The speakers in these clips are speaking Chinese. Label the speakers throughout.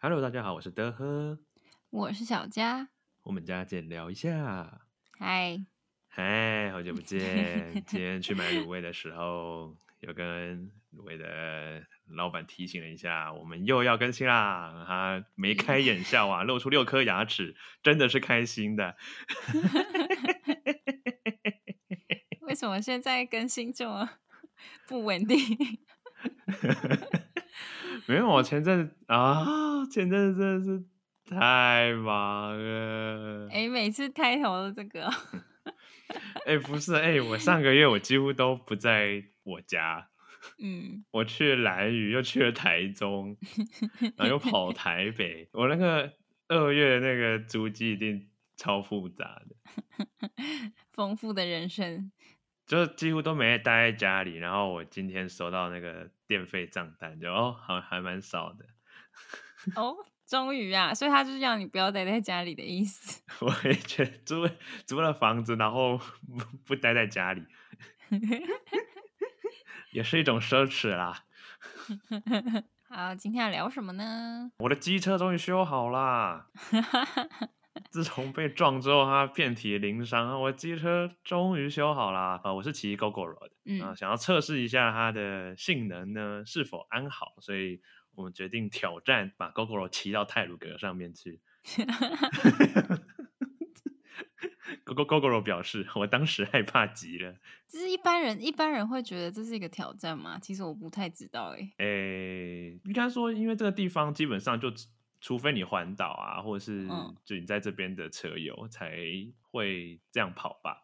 Speaker 1: Hello，大家好，我是德呵，
Speaker 2: 我是小佳，哎
Speaker 1: 我们家见聊一下。
Speaker 2: 嗨，
Speaker 1: 嗨，好久不见！今天去买卤味的时候，有跟卤味的老板提醒了一下，我们又要更新啦。他眉开眼笑啊，露出六颗牙齿，真的是开心的。
Speaker 2: 为什么现在更新这么不 稳定？
Speaker 1: 没有，我前阵子啊，前阵子真的是太忙了。
Speaker 2: 哎，每次开头都这个哦，
Speaker 1: 哎、不是，哎、我上个月我几乎都不在我家，
Speaker 2: 嗯，
Speaker 1: 我去兰屿，又去了台中，然后又跑台北。我那个二月那个足迹一定超复杂的，
Speaker 2: 丰富的人生，
Speaker 1: 就几乎都没待在家里。然后我今天收到那个电费账单，就哦，好还蛮少的。
Speaker 2: 哦，终于啊！所以他就是要你不要待在家里的意思。
Speaker 1: 我也觉得租租了房子，然后不不待在家里， 也是一种奢侈啦。
Speaker 2: 好，今天要聊什么呢？
Speaker 1: 我的机车终于修好啦！自从被撞之后，它遍体鳞伤。我机车终于修好啦！啊、我是骑 GoGoRo 的啊、
Speaker 2: 嗯，
Speaker 1: 想要测试一下它的性能呢是否安好，所以我们决定挑战把 GoGoRo 骑到泰鲁格上面去。Go Go GoGoRo 表示，我当时害怕极了。
Speaker 2: 就是一般人一般人会觉得这是一个挑战吗？其实我不太知道、诶，
Speaker 1: 诶，应该说，因为这个地方基本上就只，除非你环岛啊，或者是
Speaker 2: 嗯
Speaker 1: 就你在这边的车友才会这样跑吧，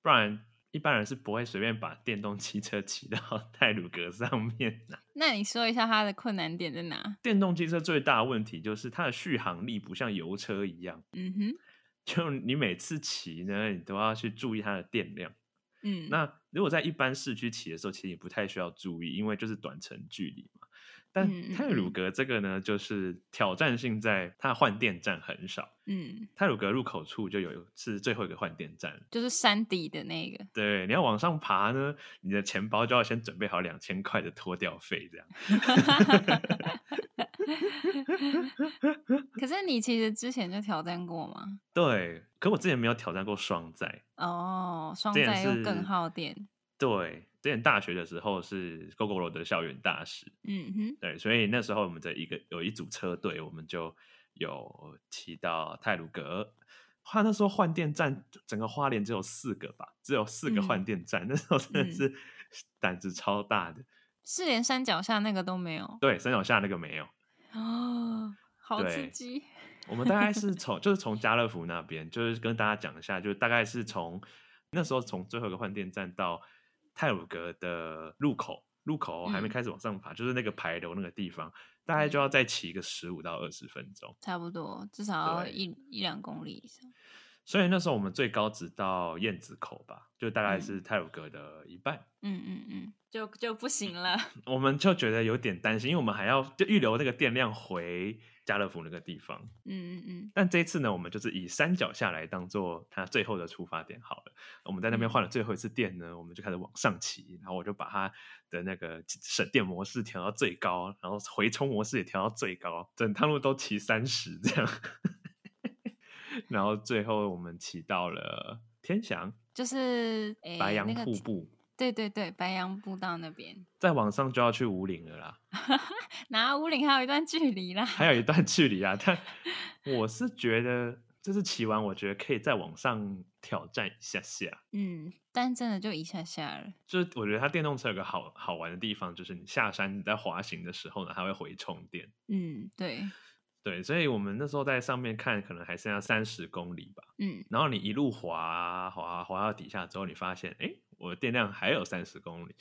Speaker 1: 不然一般人是不会随便把电动汽车骑到 泰鲁格上面的、
Speaker 2: 那你说一下它的困难点在哪？
Speaker 1: 电动汽车最大的问题就是它的续航力不像油车一样，
Speaker 2: 嗯哼，
Speaker 1: 就你每次骑呢，你都要去注意它的电量。
Speaker 2: 嗯，
Speaker 1: 那如果在一般市区骑的时候，其实也不太需要注意，因为就是短程距离嘛。但
Speaker 2: 嗯嗯
Speaker 1: 泰鲁
Speaker 2: 嗯
Speaker 1: 格这个呢，就是挑战性在它的换电站很少，
Speaker 2: 嗯，
Speaker 1: 泰鲁格入口处就有是最后一个换电站。
Speaker 2: 就是山底的那个，
Speaker 1: 对，你要往上爬呢，你的钱包就要先准备好两千块的脱掉费，这样。
Speaker 2: 可是你其实之前就挑战过吗？
Speaker 1: 对，可我之前没有挑战过双载，
Speaker 2: 哦，双
Speaker 1: 这也
Speaker 2: 载又
Speaker 1: 是
Speaker 2: 更耗电。
Speaker 1: 对，之前大学的时候是 GoGoRo 的校园大使，
Speaker 2: 嗯哼，
Speaker 1: 对，所以那时候我们的一个有一组车队，我们就有骑到泰鲁格。他那时候换电站，整个花莲只有四个吧，只有四个换
Speaker 2: 嗯
Speaker 1: 电站。那时候真的
Speaker 2: 嗯
Speaker 1: 是胆子超大的。
Speaker 2: 是连山脚下那个都没有
Speaker 1: 对，三脚下那个没有，
Speaker 2: 哦，好
Speaker 1: 对
Speaker 2: 刺激。
Speaker 1: 我们大概是从就是从家乐福那边，就是跟大家讲一下，就是大概是从那时候从最后一个换电站到泰鲁格的入口，入口还没
Speaker 2: 嗯
Speaker 1: 开始往上爬，就是那个牌楼那个地方，大概就要再骑个十五到二十分钟。
Speaker 2: 差不多，至少要
Speaker 1: 对
Speaker 2: 一一两公里以上。
Speaker 1: 所以那时候我们最高直到燕子口吧，就大概
Speaker 2: 嗯
Speaker 1: 是泰鲁格的一半，
Speaker 2: 嗯嗯嗯，就就不行了。
Speaker 1: 我们就觉得有点担心，因为我们还要就预留那个电量回家乐福那个地方。
Speaker 2: 嗯嗯嗯，
Speaker 1: 但这一次呢，我们就是以山脚下来当做它最后的出发点好了。我们在那边
Speaker 2: 嗯
Speaker 1: 换了最后一次电呢，我们就开始往上骑，然后我就把它的那个省电模式调到最高，然后回充模式也调到最高，整趟路都骑三十这样。 然后最后我们骑到了天祥。
Speaker 2: 就是诶、
Speaker 1: 白羊
Speaker 2: 那个
Speaker 1: 瀑
Speaker 2: 地
Speaker 1: 布，
Speaker 2: 对对对，白羊步道那边，
Speaker 1: 再往上就要去五岭了啦，
Speaker 2: 那五岭还有一段距离啦。
Speaker 1: 还有一段距离啊。但我是觉得，就是骑完，我觉得可以再往上挑战一下下。
Speaker 2: 嗯，但真的就一下下了。
Speaker 1: 就是我觉得它电动车有个好好玩的地方，就是你下山你在滑行的时候呢，它会回充电。
Speaker 2: 嗯，对，
Speaker 1: 对，所以我们那时候在上面看，可能还剩下三十公里吧。
Speaker 2: 嗯
Speaker 1: 然后你一路滑啊滑滑到底下之后，你发现，哎，我的电量还有三十公里。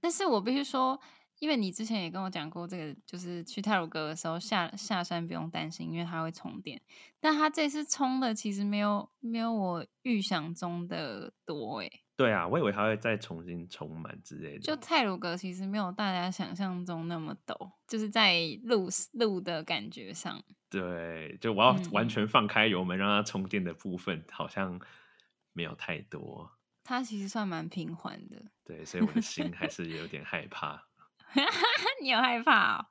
Speaker 2: 但是我必须说，因为你之前也跟我讲过，这个就是去泰鲁格的时候下下山不用担心，因为它会充电。但它这次充的其实没有没有我预想中的多诶、
Speaker 1: 对啊，我以为它会再重新充满之类的。
Speaker 2: 就泰鲁格其实没有大家想象中那么陡，就是在路路的感觉上，
Speaker 1: 对，就我要完
Speaker 2: 嗯
Speaker 1: 全放开油门让它充电的部分好像没有太多，
Speaker 2: 它其实算蛮平缓的。
Speaker 1: 对，所以我的心还是有点害怕。
Speaker 2: 你有害怕、哦？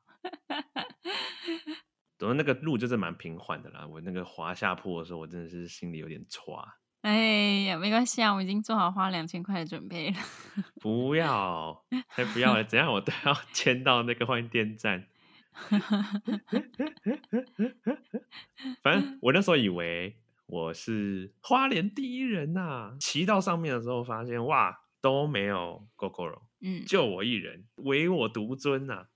Speaker 1: 总之那个路就是蛮平缓的啦。我那个滑下坡的时候，我真的是心里有点歘。
Speaker 2: 哎呀，没关系啊，我已经做好花两千块的准备了。
Speaker 1: 不要，才不要了！怎样我都要 迁到那个换电站。反正我那时候以为我是花莲第一人呐、骑到上面的时候发现哇都没有 GoGo
Speaker 2: 嗯，
Speaker 1: 就我一人，唯我独尊呐、啊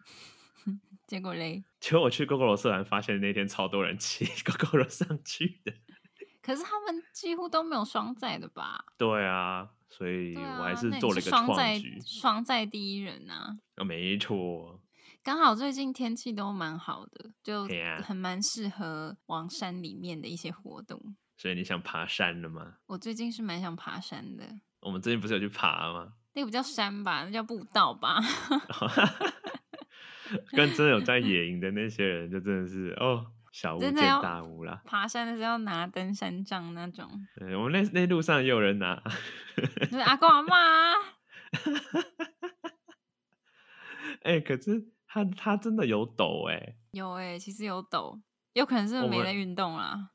Speaker 2: 结果嘞，
Speaker 1: 结果我去 GoGo 社团，发现那天超多人骑 GoGo 上去的。
Speaker 2: 可是他们几乎都没有双载的吧？
Speaker 1: 对啊，所以
Speaker 2: 对
Speaker 1: 我
Speaker 2: 啊，
Speaker 1: 还是
Speaker 2: 那你
Speaker 1: 做了一个
Speaker 2: 双
Speaker 1: 创
Speaker 2: 载
Speaker 1: 举。
Speaker 2: 双载第一人啊。
Speaker 1: 啊没错，
Speaker 2: 刚好最近天气都蛮好的，就
Speaker 1: 对啊
Speaker 2: 很蛮适合往山里面的一些活动。
Speaker 1: 所以你想爬山了吗？
Speaker 2: 我最近是蛮想爬山的，
Speaker 1: 我们最近不是有去爬 吗？
Speaker 2: 那个不叫山吧，那叫步道吧。
Speaker 1: 跟真的有在野营的那些人，就真的是哦，小巫
Speaker 2: 真
Speaker 1: 见
Speaker 2: 的要
Speaker 1: 大巫啦。
Speaker 2: 爬山的时候拿登山杖那种，
Speaker 1: 对，我们那那路上也有人拿，
Speaker 2: 就是阿公阿啊妈。
Speaker 1: 哎、可是他他真的有抖哎、
Speaker 2: 有哎、其实有抖，有可能是
Speaker 1: 我
Speaker 2: 没
Speaker 1: 们
Speaker 2: 在运动啦。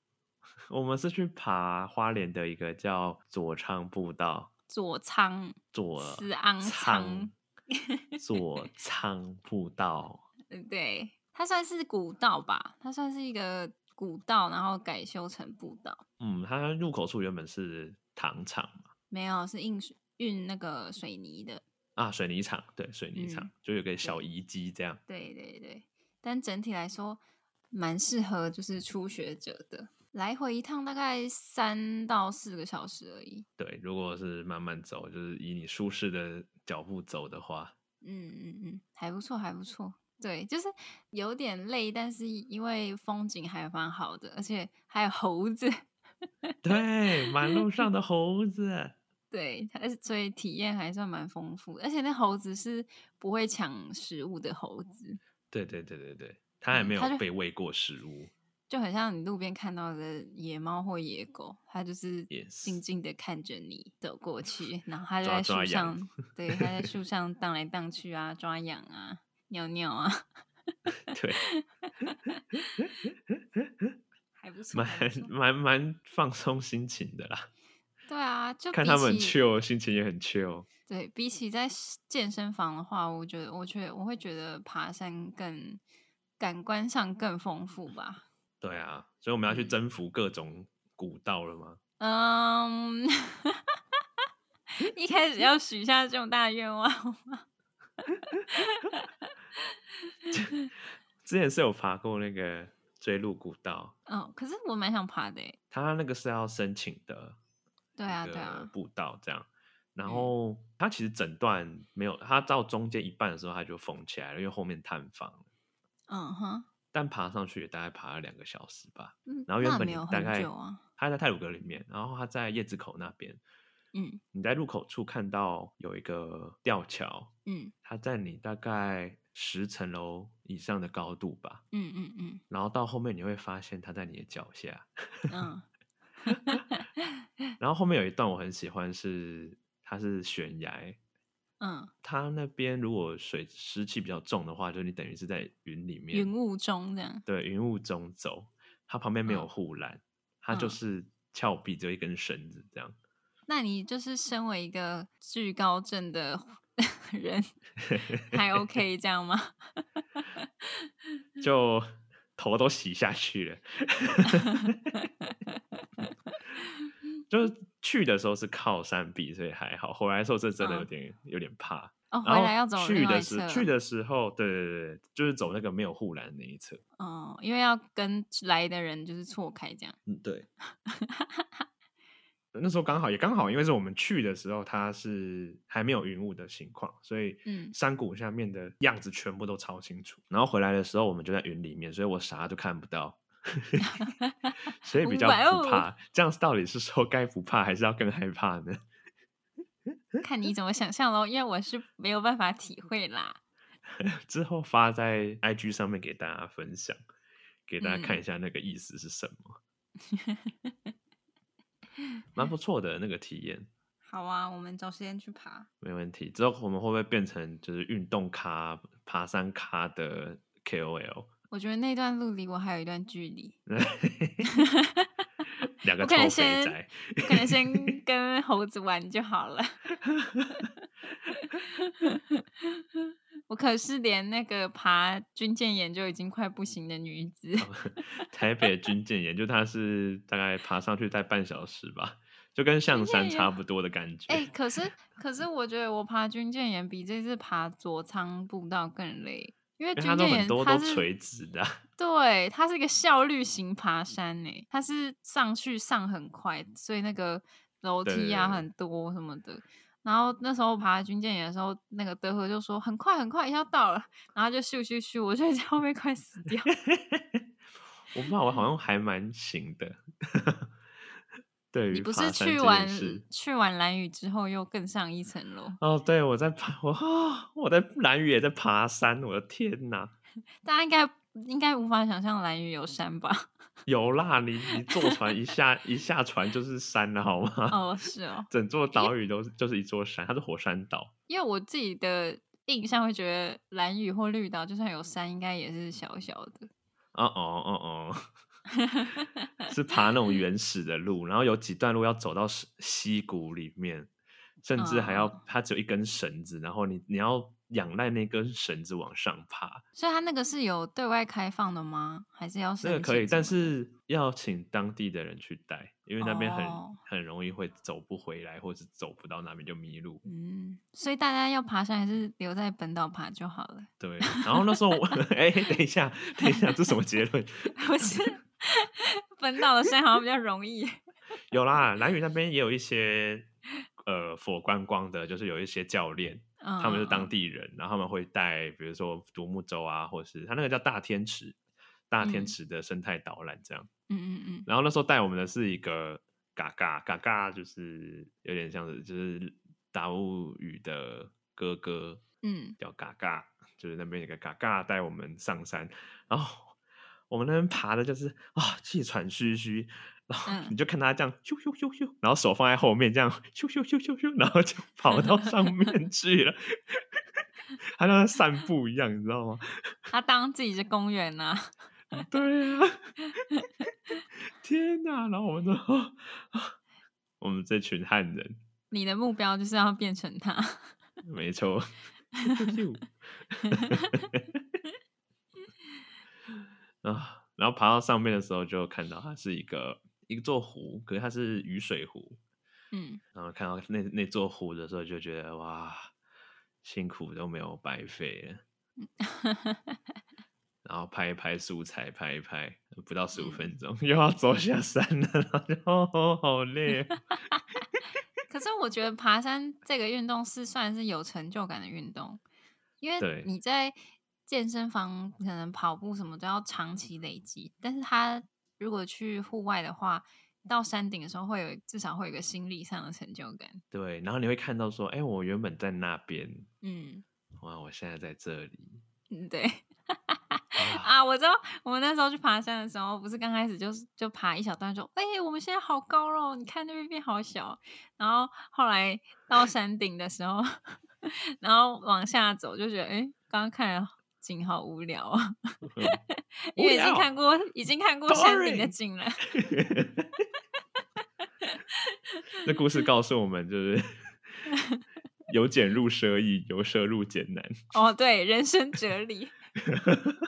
Speaker 1: 我们是去爬花莲的一个叫左昌步道，
Speaker 2: 左仓
Speaker 1: 左
Speaker 2: 思昂仓
Speaker 1: 仓， 左仓步道。
Speaker 2: 呃对，它算是古道吧，它算是一个古道，然后改修成步道，
Speaker 1: 嗯，它入口处原本是糖厂嘛，
Speaker 2: 没有是运水运那个水泥的。
Speaker 1: 啊，水泥厂，对，水泥厂、
Speaker 2: 嗯
Speaker 1: 就有个小遗迹这样。
Speaker 2: 对对对，但整体来说蛮适合就是初学者的，来回一趟大概三到四个小时而已。
Speaker 1: 对，如果是慢慢走，就是以你舒适的脚步走的话，
Speaker 2: 嗯嗯嗯，还不错，还不错。对，就是有点累，但是因为风景还蛮好的，而且还有猴子，
Speaker 1: 对，马路上的猴子，
Speaker 2: 对，它所以体验还算蛮丰富的。而且那猴子是不会抢食物的猴子，
Speaker 1: 对对对对对，它还
Speaker 2: 嗯
Speaker 1: 没
Speaker 2: 它就
Speaker 1: 有被喂过食 物，
Speaker 2: 就很像你路边看到的野猫或野狗，它就是静
Speaker 1: Yes
Speaker 2: 静的看着你走过去，然后它就
Speaker 1: 抓
Speaker 2: 在
Speaker 1: 抓
Speaker 2: 树
Speaker 1: 痒
Speaker 2: 上，对，它在 树上荡来荡去啊，抓痒啊，尿尿啊，
Speaker 1: 对，
Speaker 2: 还不错，
Speaker 1: 蛮
Speaker 2: 还不错
Speaker 1: 蛮蛮放松心情的啦。
Speaker 2: 对啊，就
Speaker 1: 看
Speaker 2: 比
Speaker 1: 他们很
Speaker 2: 起
Speaker 1: chill，心情也很 chill。
Speaker 2: 对比起在是健身房的话，我觉得我觉得我会觉得爬山更感官上更丰富吧。
Speaker 1: 对啊，所以我们要去
Speaker 2: 嗯
Speaker 1: 征服各种古道了吗？
Speaker 2: 嗯， 一开始要许下这么大的愿望，
Speaker 1: 之前是有爬过那个追鹿古道，
Speaker 2: 嗯，可是我蛮想爬的欸、
Speaker 1: 它那个是要申请的，
Speaker 2: 对啊，对啊，
Speaker 1: 步道这样。然
Speaker 2: 嗯
Speaker 1: 后它其实整段没有，它到中间一半的时候它就封起来了，因为后面探访了。
Speaker 2: 嗯哼，
Speaker 1: 但爬上去也大概爬了两个小时吧。
Speaker 2: 嗯
Speaker 1: 然后原
Speaker 2: 那
Speaker 1: 本
Speaker 2: 没
Speaker 1: 你
Speaker 2: 有
Speaker 1: 大
Speaker 2: 很
Speaker 1: 概
Speaker 2: 久啊，
Speaker 1: 它在太鲁阁里面，然后它在叶子口那边，
Speaker 2: 嗯
Speaker 1: 你在入口处看到有一个吊桥，
Speaker 2: 嗯
Speaker 1: 它在你大概十层楼以上的高度吧，
Speaker 2: 嗯嗯嗯
Speaker 1: 然后到后面你会发现它在你的脚下，
Speaker 2: 嗯
Speaker 1: 然后后面有一段我很喜欢是它是悬崖。
Speaker 2: 嗯，
Speaker 1: 它那边如果水湿气比较重的话，就你等于是在云里面，
Speaker 2: 云雾中这样，
Speaker 1: 对，云雾中走，它旁边没有
Speaker 2: 嗯
Speaker 1: 护栏，它就
Speaker 2: 嗯
Speaker 1: 是峭壁，只有一根绳子这样。
Speaker 2: 那你就是身为一个惧高症的 人， 还 OK 这样吗？嗯
Speaker 1: 就头都洗下去 了。 就是去的时候是靠山壁，所以还好；回来的时候是真的有
Speaker 2: 嗯
Speaker 1: 点、有点怕。
Speaker 2: 哦，回
Speaker 1: 然后
Speaker 2: 来要走
Speaker 1: 去
Speaker 2: 另外
Speaker 1: 的
Speaker 2: 一
Speaker 1: 时
Speaker 2: 侧，
Speaker 1: 去的时候，对对对，对就是走那个没有护栏的那一侧。
Speaker 2: 哦，因为要跟来的人就是错开 这样，
Speaker 1: 嗯，对。那时候刚好也刚好，因为是我们去的时候，它是还没有云雾的情况，所以
Speaker 2: 嗯
Speaker 1: 山谷下面的样子全部都超清楚。然后回来的时候，我们就在云里面，所以我啥都看不 到，所以比较
Speaker 2: 哇哦
Speaker 1: 不怕。这样到底是说该不怕，还是要更害怕呢？
Speaker 2: 看你怎么想象喽，因为我是没有办法体会啦。
Speaker 1: 之后发在 IG 上面给大家分享，给大家看
Speaker 2: 嗯
Speaker 1: 一下那个意思是什么，蛮不错的那个体验。
Speaker 2: 好啊，我们找时间去爬。
Speaker 1: 没问题。之后我们会不会变成就是运动咖、爬山咖的 KOL，
Speaker 2: 我觉得那段路离我还有一段距离。
Speaker 1: 两个
Speaker 2: 我
Speaker 1: 臭
Speaker 2: 可能
Speaker 1: 肥
Speaker 2: 先
Speaker 1: 宅，
Speaker 2: 我可能先跟猴子玩就好了。 我可是连那个爬军舰岩就已经快不行的女子，
Speaker 1: 台北的军舰岩，就它是大概爬上去大概半小时吧，就跟象山
Speaker 2: 军舰岩
Speaker 1: 差不多的感觉。
Speaker 2: 哎、可是可是我觉得我爬军舰岩比这次爬左仓步道更累，因
Speaker 1: 因
Speaker 2: 为
Speaker 1: 为
Speaker 2: 军
Speaker 1: 它都
Speaker 2: 舰
Speaker 1: 很
Speaker 2: 岩
Speaker 1: 多
Speaker 2: 它
Speaker 1: 都
Speaker 2: 是
Speaker 1: 垂直的啊、
Speaker 2: 对，它是一个效率型爬山呢、它是上去上很快，所以那个楼
Speaker 1: 对对
Speaker 2: 梯啊
Speaker 1: 对
Speaker 2: 很多什么的。然后那时候爬军舰岩的时候，那个德和就说很快很快，一下到了，然后就咻咻咻，我就 在后面快死 掉。
Speaker 1: 我不知道，我好像还蛮行的。 对于
Speaker 2: 你不
Speaker 1: 爬
Speaker 2: 是
Speaker 1: 山
Speaker 2: 去
Speaker 1: 这件
Speaker 2: 完
Speaker 1: 事
Speaker 2: 去完蓝雨之后又更上一层楼？
Speaker 1: 哦，对我在爬， 我、啊，我在蓝屿也在爬山，我的天哪！
Speaker 2: 大家应该应该无法想象蓝雨有山吧？
Speaker 1: 有啦，你你坐船一下一下船就是山了，好吗？
Speaker 2: 哦，是哦，
Speaker 1: 整座岛屿都是就是一座山，它是火山岛。
Speaker 2: 因为我自己的印象会觉得蓝雨或绿岛就算有山，应该也是小小的。
Speaker 1: 哦哦哦哦， 是爬那种原始的路，然后有几段路要走到溪溪谷里面，甚至还要、
Speaker 2: 哦
Speaker 1: 它只有一根绳子，然后你你要仰赖那根绳子往上爬，
Speaker 2: 所以它那个是有对外开放的吗？还是要
Speaker 1: 这
Speaker 2: 申
Speaker 1: 个
Speaker 2: 请什么的？
Speaker 1: 可以，但是要请当地的人去带，因为那边很、
Speaker 2: 哦
Speaker 1: 很容易会走不回来，或是走不到那边就迷路。
Speaker 2: 嗯，所以大家要爬山还是留在本岛爬就好了。
Speaker 1: 对，然后那时候我， 哎、等一下，等一下，这什么结论？
Speaker 2: 不是本岛的山好像比较容易。
Speaker 1: 有啦，蓝屿那边也有一些呃佛观光的，就是有一些教练，
Speaker 2: 嗯，
Speaker 1: 他们是当
Speaker 2: 嗯
Speaker 1: 地人，然后他们会带，比如说独木舟啊，或是他那个叫大天池，大天
Speaker 2: 嗯
Speaker 1: 池的生态导览这样。
Speaker 2: 嗯嗯嗯，
Speaker 1: 然后那时候带我们的是一个嘎嘎嘎嘎，就是有点像是就是达悟语的哥哥，
Speaker 2: 嗯，
Speaker 1: 叫嘎嘎，就是那边有个嘎嘎带我们上山，然后我们那边爬的就是啊气喘吁吁，然后
Speaker 2: 嗯
Speaker 1: 你就看他这样咻咻咻咻，然后手放在后面这样咻咻咻咻咻，然后就跑到上面 去了，他像在散步一样，你知道吗？
Speaker 2: 他当自己是公园啊呐、
Speaker 1: 对啊，天哪！然后我们就、啊啊 我们这群汉人，
Speaker 2: 你的目标就是要变成他。
Speaker 1: 没错， 咻咻咻啊！然后爬到上面的时候，就看到它是一个一座湖，可是它是雨水湖。
Speaker 2: 嗯，
Speaker 1: 然后看到那那座湖的时候，就觉得哇，辛苦都没有白费了。
Speaker 2: 嗯
Speaker 1: 然后拍一拍素材，拍一拍，不到十五
Speaker 2: 嗯
Speaker 1: 分钟、 又要走下山了，然后就哦好累哦。
Speaker 2: 可是我觉得爬山这个运动是算是有成就感的运动，因
Speaker 1: 对
Speaker 2: 为你在健身房可能跑步什么都要长期累积，但是他如果去户外的话，到山顶的时候会有至少会有一个心理上的成就感。
Speaker 1: 对，然后你会看到说，哎，我原本在那边，
Speaker 2: 嗯，
Speaker 1: 哇，我现在在这里。
Speaker 2: 嗯对
Speaker 1: 啊
Speaker 2: 啊，我知道我们那时候去爬山的时候，不是刚开始就是就爬一小段说，哎、我们现在好高喽，你看那边变好小。然后后来到山顶的时候， 然后往下走就觉得，哎、刚刚看了景好无聊啊，因为已经看过已经看过山顶的
Speaker 1: Boring
Speaker 2: 景了。
Speaker 1: 这故事告诉我们，就是 由俭入奢易，由奢入俭难。
Speaker 2: 哦，对，人生哲理，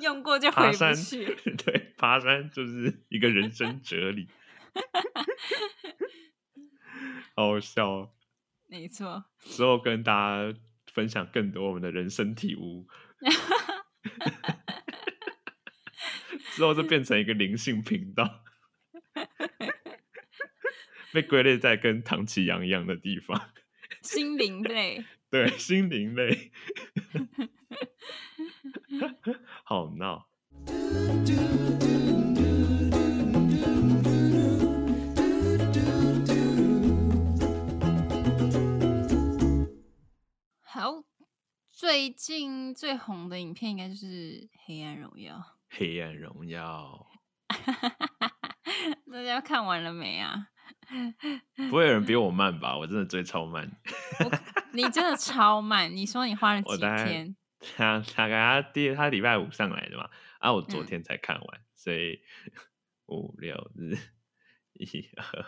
Speaker 2: 用过 就
Speaker 1: 爬
Speaker 2: 回不
Speaker 1: 山
Speaker 2: 去。，
Speaker 1: 对，爬山就是一个人生哲理。好好笑、哦，
Speaker 2: 没错，
Speaker 1: 之后跟大家分享更多我们的人生体悟。之后就变成一个灵性频道，被归类在跟唐奇阳一样的地方。
Speaker 2: 心灵类。
Speaker 1: 对，心灵类， 好闹。
Speaker 2: 好，最近最红的影片应该就是《黑暗荣耀》，
Speaker 1: 黑暗荣耀，
Speaker 2: 大家看完了没啊？
Speaker 1: 不会有人比我慢吧？我真的追超慢，
Speaker 2: 你真的超慢，你说你花了
Speaker 1: 我
Speaker 2: 几
Speaker 1: 大概
Speaker 2: 天？
Speaker 1: 他他他第他礼拜五上来的嘛，啊，我昨
Speaker 2: 嗯
Speaker 1: 天才看完，所以五六日一二，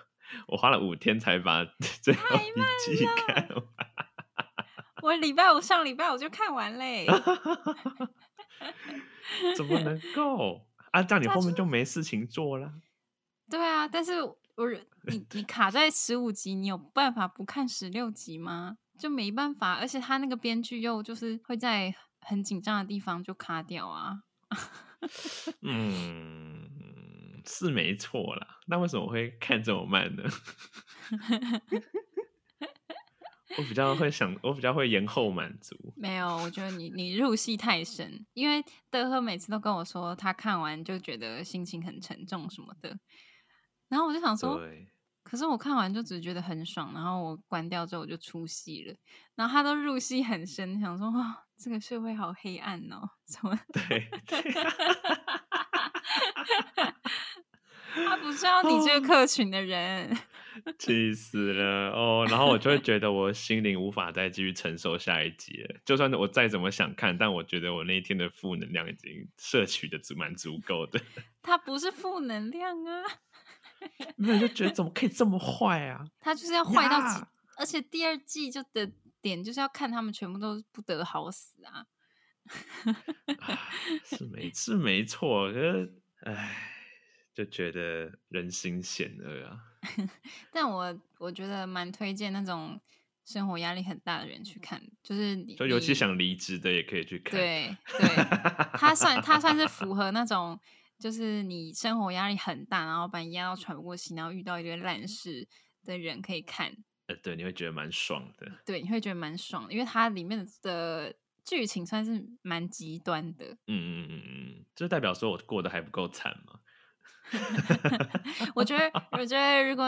Speaker 1: 我花了五天才把最后一季看完。，
Speaker 2: 我礼拜五上礼拜我就看完嘞
Speaker 1: 怎么 能够啊？这样你
Speaker 2: 那
Speaker 1: 后
Speaker 2: 就
Speaker 1: 面就没事情做啦。
Speaker 2: 对啊，但是我你你卡在十五集，你有办法不看十六集吗？就没办法，而且他那个编剧又就是会在很紧张的地方就卡掉啊。
Speaker 1: 嗯，是没错啦。那为什么会看这么慢呢？ 我比较会想，我比较会延后满足。
Speaker 2: 没有，我觉得你你入戏太深，因为德赫每次都跟我说他看完就觉得心情很沉重什么的，然后我就 想说，
Speaker 1: 对，
Speaker 2: 可是我看完就只觉得很爽，然后我关掉之后我就出戏了，然后他都入戏很深，想说哇，这个社会好黑暗哦， 怎么？
Speaker 1: 对，
Speaker 2: 他不是要你
Speaker 1: 哦
Speaker 2: 这个客群的人，
Speaker 1: 气死了哦！然后我就会觉得我心灵无法再继续承受下一集了。就算我再怎么想看，但我觉得我那一天的负能量已经摄取的足蛮足够的。
Speaker 2: 他不是负能量啊，
Speaker 1: 没有就觉得怎么可以这么坏啊？
Speaker 2: 他就是 要坏到极
Speaker 1: 呀，
Speaker 2: 而且第二季就的点就是要看他们全部都不得好死啊。
Speaker 1: 啊是没是没错，可是唉，就觉得人心险恶啊。
Speaker 2: 但我我觉得蛮推荐那种生活压力很大的人去看，就是你
Speaker 1: 就尤
Speaker 2: 你
Speaker 1: 其想离职的也可以去看。，
Speaker 2: 对对，他算他算是符合那种，就是你生活压力很大，然后把你压到喘不过气，然后遇到一堆烂事的人可以看，
Speaker 1: 呃，对，你会觉得蛮爽的。
Speaker 2: 对，你会觉得蛮爽的，因为它里面的剧情算是蛮极端的。
Speaker 1: 嗯嗯嗯嗯嗯，就代表说我过得还不够惨嘛。
Speaker 2: 我觉得，我觉得如果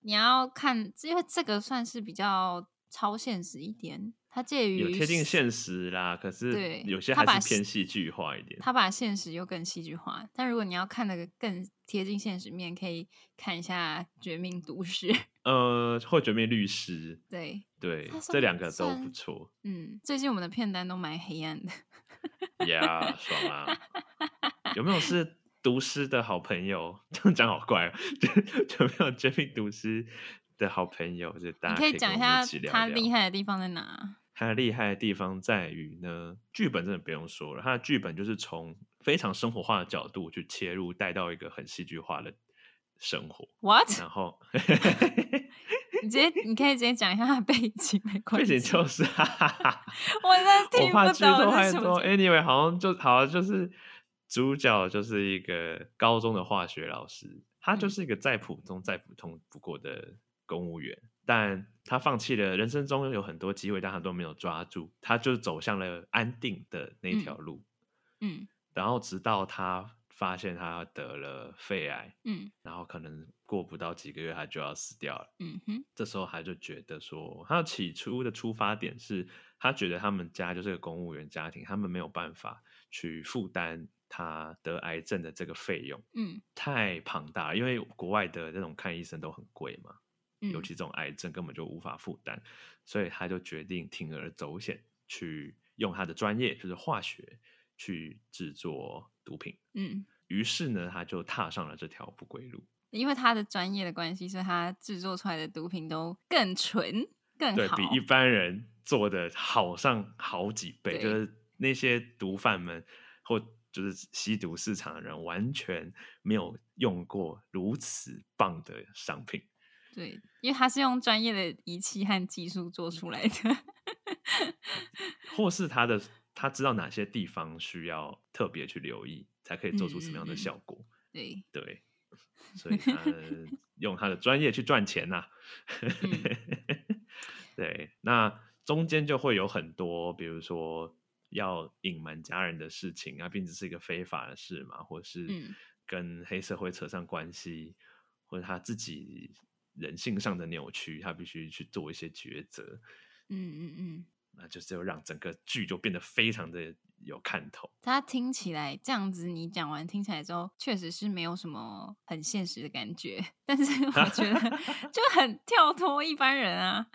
Speaker 2: 你要看，因为这个算是比较超现实一点，它介于
Speaker 1: 有贴近现实啦，可是
Speaker 2: 对
Speaker 1: 有些
Speaker 2: 他把
Speaker 1: 还是偏戏剧化一点。
Speaker 2: 他把现实又更戏剧化。但如果你要看的更贴近现实面，可以看一下《绝命毒师》。
Speaker 1: 呃，或绝命律师，
Speaker 2: 对，
Speaker 1: 对
Speaker 2: 它，算
Speaker 1: 这两个都不
Speaker 2: 算
Speaker 1: 错
Speaker 2: 嗯，最近我们的片单都蛮黑暗的。
Speaker 1: 呀爽 啊！有没有是毒师的好朋友？这样讲好怪、哦， 有没有绝命毒师的好朋友？就大
Speaker 2: 你
Speaker 1: 家
Speaker 2: 可以
Speaker 1: 跟
Speaker 2: 讲
Speaker 1: 我
Speaker 2: 一
Speaker 1: 们
Speaker 2: 下
Speaker 1: 起聊
Speaker 2: 他
Speaker 1: 聊
Speaker 2: 厉害的地方在哪？
Speaker 1: 它厉害的地方在于呢，剧本真的不用说了，它的剧本就是从非常生活化的角度去切入，带到一个很戏剧化的生活，
Speaker 2: What？
Speaker 1: 然后
Speaker 2: 你直接，你可以直接讲一下他的背景，没关
Speaker 1: 背
Speaker 2: 系。
Speaker 1: 景就是，哈哈哈
Speaker 2: 我真的 听
Speaker 1: 我
Speaker 2: 不
Speaker 1: 怕剧
Speaker 2: 懂
Speaker 1: 透
Speaker 2: 他
Speaker 1: 太
Speaker 2: 什
Speaker 1: 多。
Speaker 2: 么。
Speaker 1: Anyway，好像就好像就是主角就是一个高中的化学老师，他就
Speaker 2: 嗯
Speaker 1: 是一个再普通再普通不过的公务员，但他放弃了人生中有很多机会，但他都没有抓住，他就走向了安定的那条路。
Speaker 2: 嗯
Speaker 1: 然后直到他发现他得了肺癌，
Speaker 2: 嗯
Speaker 1: 然后可能过不到几个月他就要死掉了。
Speaker 2: 嗯哼
Speaker 1: 这时候他就觉得说，他起初的出发点是他觉得他们家就是个公务员家庭，他们没有办法去负担他得癌症的这个费用，
Speaker 2: 嗯
Speaker 1: 太庞大了，因为国外的那种看医生都很贵嘛，
Speaker 2: 嗯，
Speaker 1: 尤其这种癌症根本就无法负担，所以他就决定铤而走险，去用他的专业就是化学去制作毒品。
Speaker 2: 嗯，
Speaker 1: 于是呢，他就踏上了这条不归路。
Speaker 2: 因为他的专业的关系，所以他制作出来的毒品都更纯、更
Speaker 1: 对
Speaker 2: 哎好。
Speaker 1: 比一般人做的好上好几倍，就
Speaker 2: 对
Speaker 1: 是那些毒贩们或就是吸毒市场的人完全没有用过如此棒的商品。
Speaker 2: 对，因为他是用专业的仪器和技术
Speaker 1: 嗯
Speaker 2: 做出来的。
Speaker 1: 或是他的他知道哪些地方需要特别去留意，才可以做出什么样
Speaker 2: 嗯嗯
Speaker 1: 的
Speaker 2: 嗯
Speaker 1: 效果。
Speaker 2: 对，
Speaker 1: 对，所以他用他的专业去赚钱呐、
Speaker 2: 嗯
Speaker 1: 对，那中间就会有很多，比如说要隐瞒家人的事情啊，并且是一个非法的事嘛，或是
Speaker 2: 嗯
Speaker 1: 跟黑社会扯上关系，或者他自己人性上的扭曲，他必须去做一些抉择。
Speaker 2: 嗯嗯嗯，
Speaker 1: 那就是要让整个剧就变得非常的有看头。
Speaker 2: 他听起来这样子，你讲完听起来之后，确实是没有什么很现实的感觉， 但是我觉得 就很跳脱一般人啊。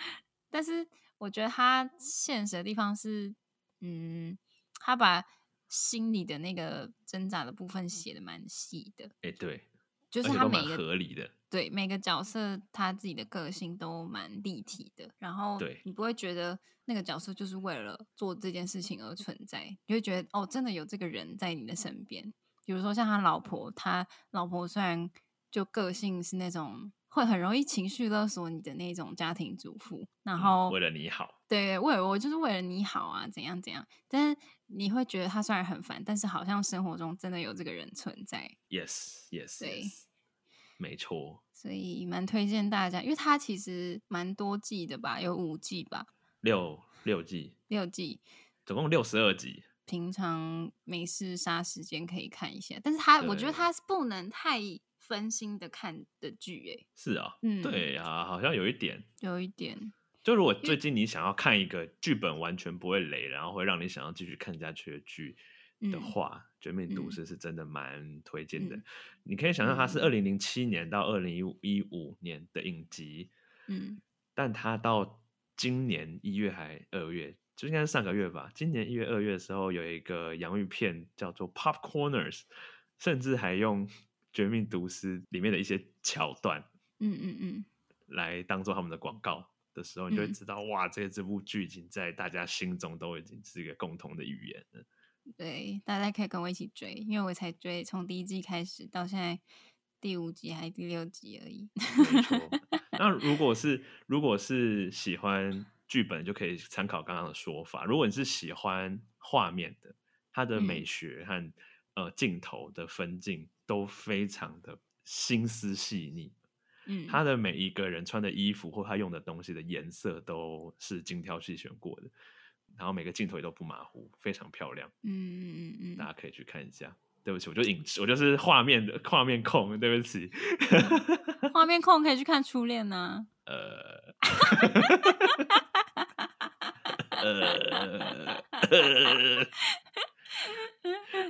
Speaker 2: 但是我觉得他现实的地方是，嗯，他把心里的那个挣扎的部分写的蛮细的，
Speaker 1: 哎、对，
Speaker 2: 就
Speaker 1: 嗯
Speaker 2: 是
Speaker 1: 而且
Speaker 2: 他
Speaker 1: 都
Speaker 2: 每
Speaker 1: 蛮
Speaker 2: 个
Speaker 1: 合理的。
Speaker 2: 对每个角色他自己的个性都蛮立体的，然后
Speaker 1: 对
Speaker 2: 你不会觉得那个角色就是为了做这件事情而存在，你会觉得哦，真的有这个人在你的身边。比如说像他老婆，他老婆虽然就个性是那种会很容易情绪勒索你的那种家庭主妇，然
Speaker 1: 嗯
Speaker 2: 后、
Speaker 1: 为了你好，
Speaker 2: 对，为我就是为了你好啊，怎样怎样。但是你会觉得他虽然很烦，但是好像生活中真的有这个人存在，
Speaker 1: Yes, yes,
Speaker 2: 对
Speaker 1: yes，没错，
Speaker 2: 所以蛮推荐大家，因为它其实蛮多季的吧，有五季吧，
Speaker 1: 六六季，
Speaker 2: 六季。
Speaker 1: 总共六十二集。
Speaker 2: 平常没事杀时间可以看一下，但是它我觉
Speaker 1: 对
Speaker 2: 得它是不能太分心的看的剧，诶，
Speaker 1: 是啊、
Speaker 2: 嗯
Speaker 1: 对啊，好像有一点。
Speaker 2: 有一点
Speaker 1: 就如果最近你想要看一个剧本完全不会雷，然后会让你想要继续看下去的剧的
Speaker 2: 嗯
Speaker 1: 话，绝命毒
Speaker 2: 嗯
Speaker 1: 师》是真的蛮推荐的。
Speaker 2: 嗯
Speaker 1: 你可以想象它是
Speaker 2: 嗯
Speaker 1: 二零零七年到二零一五年的影集，
Speaker 2: 嗯
Speaker 1: 但它到今年一月还二月，就应该是上个月吧。今年一月、二月的时候有一个洋芋片叫做《Pop Corners》，甚至还用《绝命毒师》里面的一些桥段
Speaker 2: 嗯嗯嗯，
Speaker 1: 来当做他们的广告的时候，你就会
Speaker 2: 嗯
Speaker 1: 知道、哇，这这部剧已经在大家心中都已经是一个共同的语言 了。
Speaker 2: 对，大家可以跟我一起追，因为我才追从第一季开始到现在第五集还是第六集而已。
Speaker 1: 没错。那如果是如果是喜欢剧本，就可以参考刚刚的说法。如果你是喜欢画面的，它的美
Speaker 2: 嗯
Speaker 1: 学和、呃镜头的分镜都非常的心思细腻。
Speaker 2: 嗯，
Speaker 1: 他的每一个人穿的衣服或他用的东西的颜色都是精挑细选过的，然后每个镜头也都不马虎，非常漂亮。
Speaker 2: 嗯嗯嗯
Speaker 1: 大
Speaker 2: 嗯，
Speaker 1: 家可以去看一下。对不起，我就影，我就是画面的画面控。对不起，
Speaker 2: 画面控可以去看《初恋》呐，
Speaker 1: 呃，呃，呃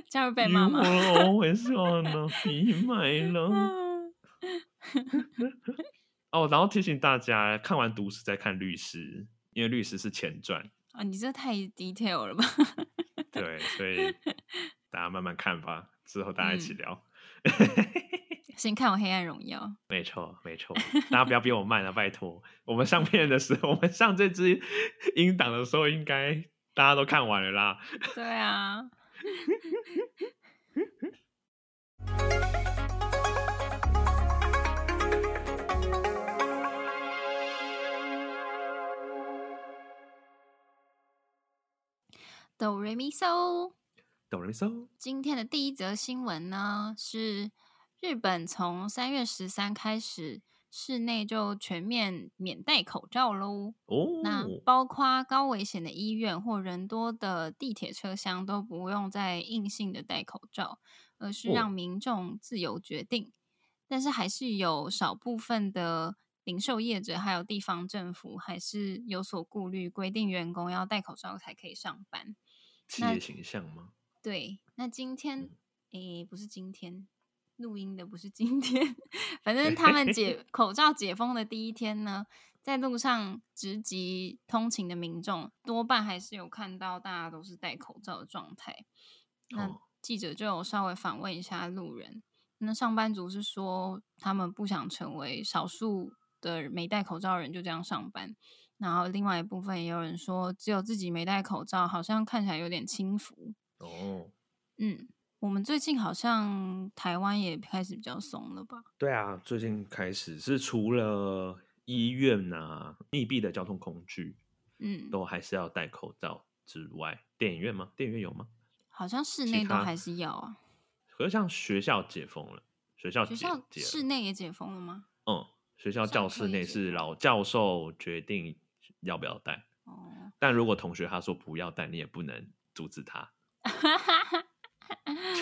Speaker 2: 这样会 被骂吗？
Speaker 1: 我我希望呢，你买 了哦。然后提醒大家，看完《毒师》再看《律师》，因为《律师》是前传，
Speaker 2: 啊，你这太 detail 了吧？
Speaker 1: 对，所以大家慢慢看吧，之后大家一起
Speaker 2: 嗯
Speaker 1: 聊。
Speaker 2: 先看我《黑暗荣耀》，
Speaker 1: 没错，没错，大家不要比我慢了，拜托。我们上片的时候，我们上这支音档的时候，应该大家都看完了啦。
Speaker 2: 对啊，哆瑞咪嗦。
Speaker 1: 哆来咪嗦，
Speaker 2: 今天的第一则新闻呢，是日本从三月十三开始，室内就全面免戴口罩喽。那
Speaker 1: 哦，
Speaker 2: 包括高危险的医院或人多的地铁车厢都不用再硬性的戴口罩，而是
Speaker 1: 哦
Speaker 2: 让民众自由决定。但是还是有少部分的零售业者还有地方政府还是有所顾虑，规定员工要戴口罩才可以上班。
Speaker 1: 企
Speaker 2: 那
Speaker 1: 业形象吗？
Speaker 2: 对，那今天
Speaker 1: 嗯
Speaker 2: 诶、不是今天录音的，不是今天，反正他们解口罩解封的第一天呢，在路上直击通勤的民众，多半还是有看到大家都是戴口罩的状态。那
Speaker 1: 哦
Speaker 2: 记者就有稍微访问一下路人，那上班族是说他们不想成为少数的没戴口罩的人就这样上班，然后另外一部分也有人说，只有自己没戴口罩，好像看起来有点轻浮。
Speaker 1: 哦，
Speaker 2: 嗯，我们最近好像台湾也开始比较松了吧？
Speaker 1: 对啊，最近开始是除了医院啊、密闭的交通工具
Speaker 2: 嗯，
Speaker 1: 都还是要戴口罩之外，电影院吗？电影院有吗？
Speaker 2: 好像室
Speaker 1: 其
Speaker 2: 内都
Speaker 1: 他
Speaker 2: 还是要啊。
Speaker 1: 可是像学校解封了，学校
Speaker 2: 学
Speaker 1: 解
Speaker 2: 校
Speaker 1: 解了
Speaker 2: 室内也解封了吗？
Speaker 1: 嗯，学校
Speaker 2: 上
Speaker 1: 教
Speaker 2: 课
Speaker 1: 室
Speaker 2: 也
Speaker 1: 内
Speaker 2: 解
Speaker 1: 是
Speaker 2: 封
Speaker 1: 老教授决定要不要戴，
Speaker 2: 哦，
Speaker 1: 但如果同学他说不要戴，你也不能阻止他。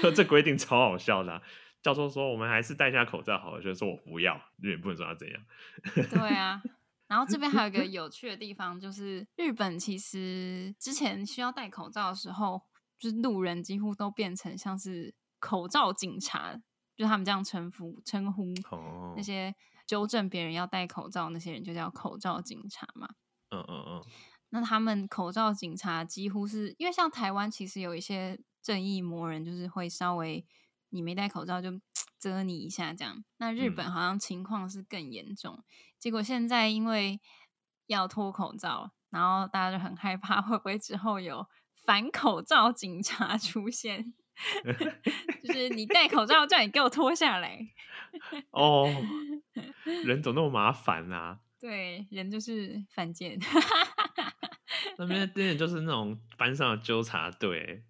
Speaker 1: 就这规定超好笑的啊、教授说我们还是戴下口罩好了，就说我不要，你也不能说他怎样。
Speaker 2: 对啊。然后这边还有一个有趣的地方，就是日本其实之前需要戴口罩的时候，就是路人几乎都变成像是口罩警察，就是他们这样称呼称呼
Speaker 1: 哦
Speaker 2: 那，些纠正别人要戴口罩那些人，就叫口罩警察嘛。
Speaker 1: 嗯嗯嗯，
Speaker 2: 那他们口罩警察几乎是因为像台湾其实有一些正义魔人，就是会稍微你没戴口罩就遮你一下这样。那日本
Speaker 1: 嗯
Speaker 2: 好像情况是更严重，结果现在因为要脱口罩，然后大家就很害怕会不会之后有反口罩警察出现。就是你戴口罩，叫你给我脱下来。
Speaker 1: 哦，人怎么那么麻烦啊？
Speaker 2: 对，人就是犯贱。
Speaker 1: 那边真的就是那种班上的纠察队，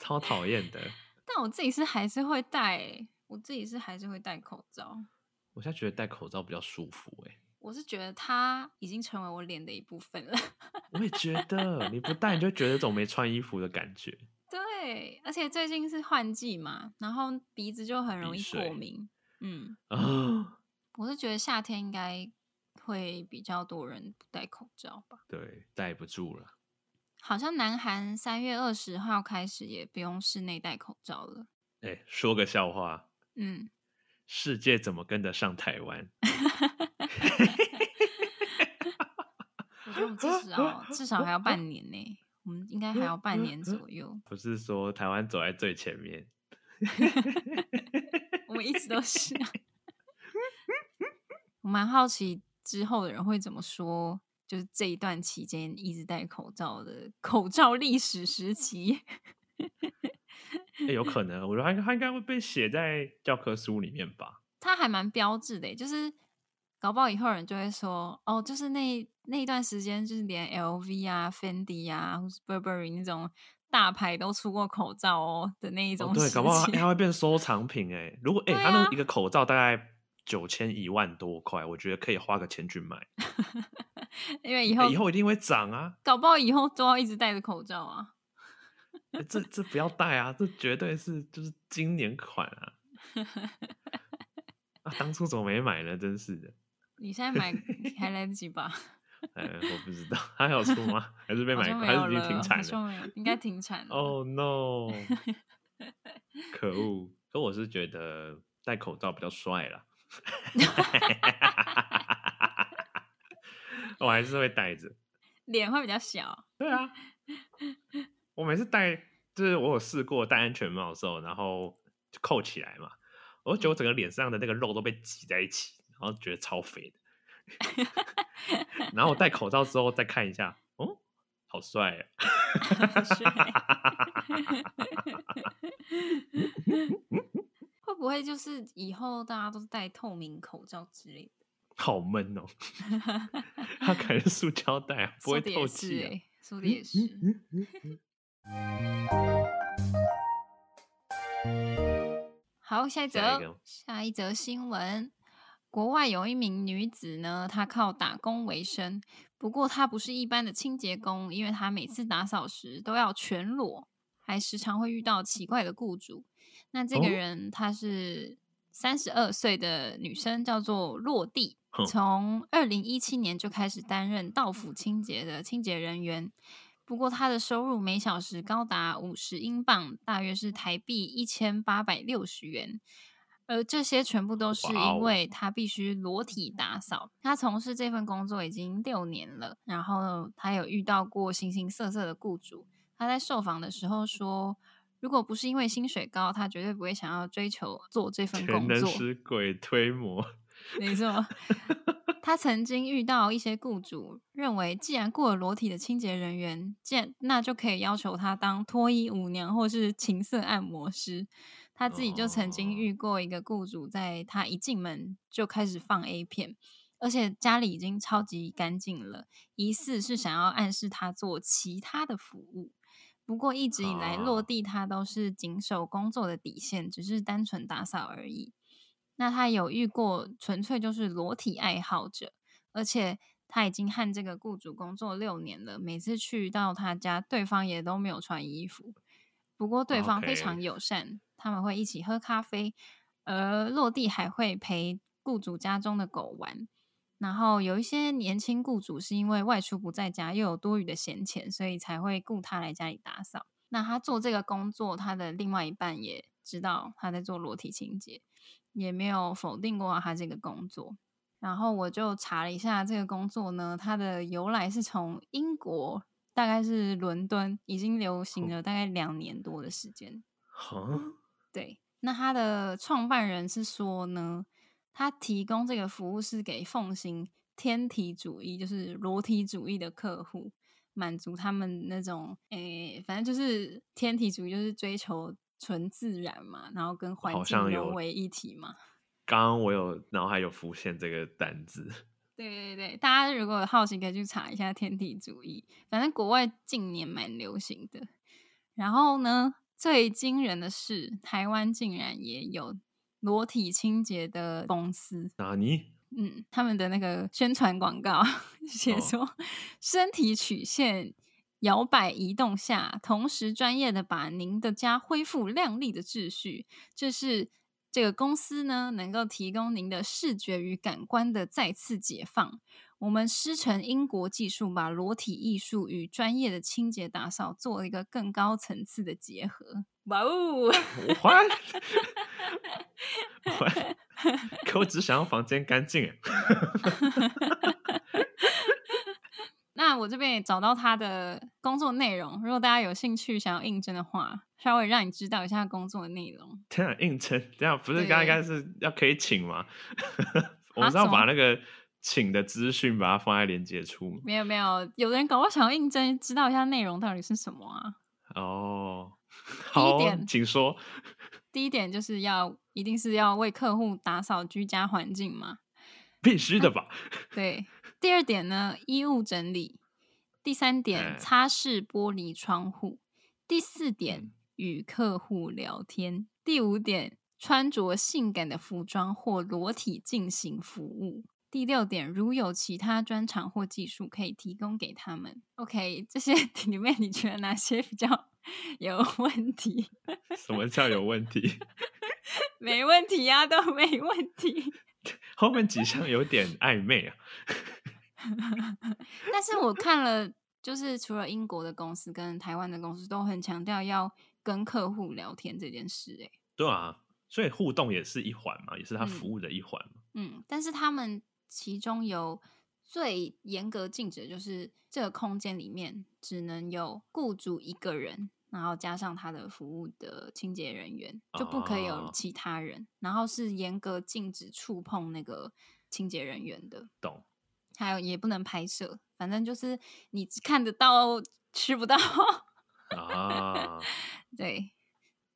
Speaker 1: 超讨厌的。
Speaker 2: 但我自己是还是会戴欸、我自己是还是会戴口罩。
Speaker 1: 我现在觉得戴口罩比较舒服哎、
Speaker 2: 我是觉得它已经成为我脸的一部分了。
Speaker 1: 我也觉得你不戴你就觉得有种没穿衣服的感觉。
Speaker 2: 对，而且最近是换季嘛，然后鼻子就很容
Speaker 1: 鼻
Speaker 2: 易
Speaker 1: 水
Speaker 2: 过敏。嗯，
Speaker 1: 啊，
Speaker 2: 我是觉得夏天应该会比较多人不戴口罩吧。
Speaker 1: 对，戴不住了。
Speaker 2: 好像南韩三月二十号开始也不用室内戴口罩了。
Speaker 1: 哎、说个笑话，
Speaker 2: 嗯，
Speaker 1: 世界怎么跟得上台湾？
Speaker 2: 我觉得我们至少至少还要半年呢、我们应该还要半年左右。
Speaker 1: 不是说台湾走在最前面？
Speaker 2: 我们一直都是、啊。 我蛮好奇之后的人会怎么说，就是这一段期间一直戴口罩的口罩历史时期。
Speaker 1: 哎、有可能，我觉得他他应该会被写在教科书里面吧？
Speaker 2: 它还蛮标志的欸，就是搞不好以后人就会说，哦，就是那那一段时间，就是连 LV 啊、Fendi 啊，或是 Burberry 那种大牌都出过口罩哦的那一种
Speaker 1: 哦，
Speaker 2: 时
Speaker 1: 对，
Speaker 2: 期。
Speaker 1: 搞不好他他会变收藏品哎、如果哎、
Speaker 2: 对
Speaker 1: 他那
Speaker 2: 啊
Speaker 1: 一个口罩大概九千一万多块，我觉得可以花个钱去买。
Speaker 2: 因为以
Speaker 1: 哎
Speaker 2: 后
Speaker 1: 以后一定会涨啊！
Speaker 2: 搞不好以后都要一直戴着口罩啊。
Speaker 1: 哎这这不要戴啊，这绝对是就是经典款 啊！啊，当初怎么没买呢？真是的，
Speaker 2: 你现在买还来得及吧？
Speaker 1: 哎，我不知道，他还有出吗？还是被
Speaker 2: 好
Speaker 1: 买
Speaker 2: 像
Speaker 1: 光？还
Speaker 2: 没有
Speaker 1: 是已
Speaker 2: 了，
Speaker 1: 经停产
Speaker 2: 好像
Speaker 1: 了
Speaker 2: 没有，应该停产了。
Speaker 1: ？Oh no！可 恶！可我是觉得戴口罩比较帅啦， 我还是会戴着。
Speaker 2: 脸会比较 小。
Speaker 1: 对啊，我每次戴，就是我有试过戴安全帽的时候，然后就扣起来嘛，我就觉得我整个脸上的那个肉都被挤在一起，然后觉得超肥的。 然后我戴口罩之后再看一下，哦，好帅、啊！
Speaker 2: 会不会就是以后大家都是戴透明口罩之类的？
Speaker 1: 好闷哦， 它感觉塑胶袋啊不
Speaker 2: 说
Speaker 1: 会
Speaker 2: 的
Speaker 1: 透
Speaker 2: 也是
Speaker 1: 气、啊。
Speaker 2: 欸，说的也是。好，下一则，
Speaker 1: 下
Speaker 2: 下
Speaker 1: 一
Speaker 2: 一
Speaker 1: 个
Speaker 2: 则新闻。国外有一名女子呢，她靠打工为生，不过她不是一般的清洁工，因为她每次打扫时都要全裸，还时常会遇到奇怪的雇主。那这
Speaker 1: 哦
Speaker 2: 个人她是三十二岁的女生，叫做落地
Speaker 1: 哼，
Speaker 2: 从二零一七年就开始担任道府清洁的清洁人员。不过她的收入每小时高达五十英镑，大约是台币一千八百六十元。而这些全部都是
Speaker 1: 哇
Speaker 2: 因
Speaker 1: 哦
Speaker 2: 为她必须裸体打扫。她从事这份工作已经六年了，然后她有遇到过形形色色的雇主。她在受访的时候说，如果不是因为薪水高，她绝对不会想要追求做这份
Speaker 1: 全
Speaker 2: 工
Speaker 1: 能
Speaker 2: 作。
Speaker 1: 使鬼推磨，
Speaker 2: 没错，他曾经遇到一些雇主认为，既然雇了裸体的清洁人员，见那就可以要求他当脱衣舞娘或是情色按摩师。他自己就曾经遇过一个雇主，在他一进门就开始放 A 片，而且家里已经超级干净了，疑似是想要暗示他做其他的服务。不过一直以来，落
Speaker 1: 哦
Speaker 2: 地他都是谨守工作的底线，只是单纯打扫而已。那他有遇过纯粹就是裸体爱好者，而且他已经和这个雇主工作六年了，每次去到他家，对方也都没有穿衣服。不过对方非
Speaker 1: OK
Speaker 2: 常友善，他们会一起喝咖啡，而落地还会陪雇主家中的狗玩。然后有一些年轻雇主是因为外出不在家，又有多余的闲钱，所以才会雇他来家里打扫。那他做这个工作，他的另外一半也知道他在做裸体清洁，也没有否定过他这个工作。然后我就查了一下这个工作呢，它的由来是从英国，大概是伦敦已经流行
Speaker 1: 哦
Speaker 2: 了大概两年多的时间。
Speaker 1: 哈，
Speaker 2: 对，那它的创办人是说呢，他提供这个服务是给奉行天体主义，就是裸体主义的客户，满足他们那种诶、反正就是天体主义，就是追求纯自然嘛，然后跟环
Speaker 1: 好
Speaker 2: 境
Speaker 1: 像有
Speaker 2: 融为一体嘛。
Speaker 1: 刚刚我有脑海有浮现这个单字，
Speaker 2: 对对对，大家如果有好奇可以去查一下天体主义，反正国外近年蛮流行的。然后呢，最惊人的是，台湾竟然也有裸体清洁的公司。
Speaker 1: 纳尼？
Speaker 2: 嗯，他们的那个宣传广告 写
Speaker 1: 哦
Speaker 2: 说，身体曲线摇摆移动下，同时专业的把您的家恢复亮丽的秩序，这是这个公司呢能够提供您的视觉与感官的再次解放。我们师承英国技术，把裸体艺术与专业的清洁打扫做了一个更高层次的结合。哇哦！
Speaker 1: What？What？可我只想要房间干净。欸
Speaker 2: 那我这边也找到他的工作内容，如果大家有兴趣想要应征的话，稍微让你知道一下工作的内容。
Speaker 1: 天啊，应征，等一下不是刚刚应该是要可以请吗？ 我们是
Speaker 2: 啊什
Speaker 1: 要
Speaker 2: 么
Speaker 1: 把那个请的资讯把它放在连接处吗
Speaker 2: 没有没有，有的人搞不好想要应征，知道一下内容到底是什么啊？
Speaker 1: 哦。
Speaker 2: 第一
Speaker 1: 好
Speaker 2: 点，
Speaker 1: 请说。
Speaker 2: 第一点就是要一定是要为客户打扫居家环境嘛。
Speaker 1: 必须的吧？
Speaker 2: 对，第二点呢，衣物整理；第三点，
Speaker 1: 哎
Speaker 2: 擦拭玻璃窗户；第四点
Speaker 1: 嗯，
Speaker 2: 与客户聊天；第五点，穿着性感的服装或裸体进行服务；第六点，如有其他专长或技术可以提供给他们。OK，这些 里面你觉得哪些比较 有问题？
Speaker 1: 什么叫有问题？
Speaker 2: 没问题呀、都没问题。
Speaker 1: 后面几项有点暧昧啊。
Speaker 2: 但是我看了，就是除了英国的公司跟台湾的公司都很强调要跟客户聊天这件事、欸，
Speaker 1: 对啊，所以互动也是一环嘛，也是他
Speaker 2: 嗯
Speaker 1: 服务的一环嘛。
Speaker 2: 嗯，但是他们其中有最严格禁止的就是这个空间里面只能有雇主一个人，然后加上他的服务的清洁人员，就不可以有
Speaker 1: 哦
Speaker 2: 其他人，然后是严格禁止触碰那个清洁人员的，
Speaker 1: 懂？
Speaker 2: 还有也不能拍摄，反正就是你只看得到吃不到。
Speaker 1: 啊，
Speaker 2: 对，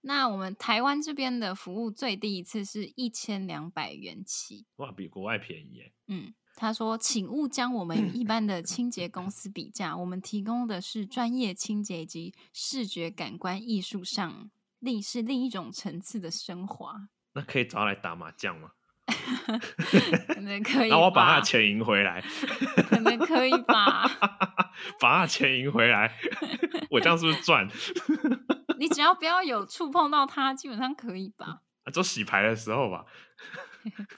Speaker 2: 那我们台湾这边的服务最低一次是一千两百元起。
Speaker 1: 哇，比国外便宜耶。
Speaker 2: 嗯，他说，请勿将我们与一般的清洁公司比价，我们提供的是专业清洁及视觉感官艺术上另是另一种层次的升华。
Speaker 1: 那可以找他来打麻将吗？
Speaker 2: 可能可以，
Speaker 1: 那我把他的，钱赢回 来，
Speaker 2: 可能可以吧。
Speaker 1: 把他的钱赢回 来，我这样是不是赚？啊
Speaker 2: 你只要不要有触碰到它，基本上可以吧？
Speaker 1: 啊，就洗牌的时候吧，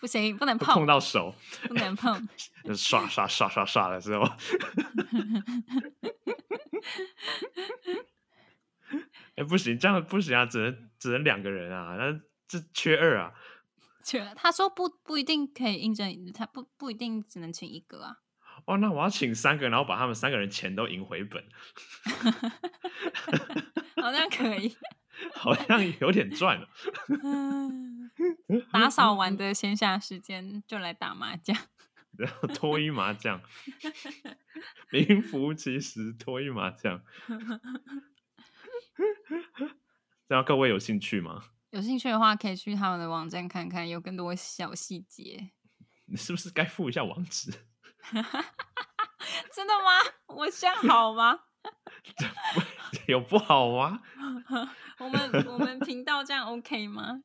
Speaker 2: 不行，不能
Speaker 1: 会
Speaker 2: 碰，
Speaker 1: 碰到手，
Speaker 2: 不能碰。
Speaker 1: 就刷刷刷刷刷的时候， 哎、不行，这样不行啊，只能只能两个人啊，那这缺二啊，
Speaker 2: 确，他说不不一定可以应征，他不不一定只能请一个啊。
Speaker 1: 哇，那我要请三个，然后把他们三个人钱都赢回本，
Speaker 2: 好像可以。
Speaker 1: 好像有点赚了。
Speaker 2: 嗯， 打扫完的闲暇时间就来打麻将。
Speaker 1: 然后脱衣麻将，名副其实脱衣麻将。 然后各位有兴趣吗？
Speaker 2: 有兴趣的话，可以去他们的网站看看，有更多小细节。
Speaker 1: 你是不是该附一下网址？
Speaker 2: 真的吗？我这样好吗？
Speaker 1: 有不好啊吗？
Speaker 2: 我们我们频道这样 OK 吗？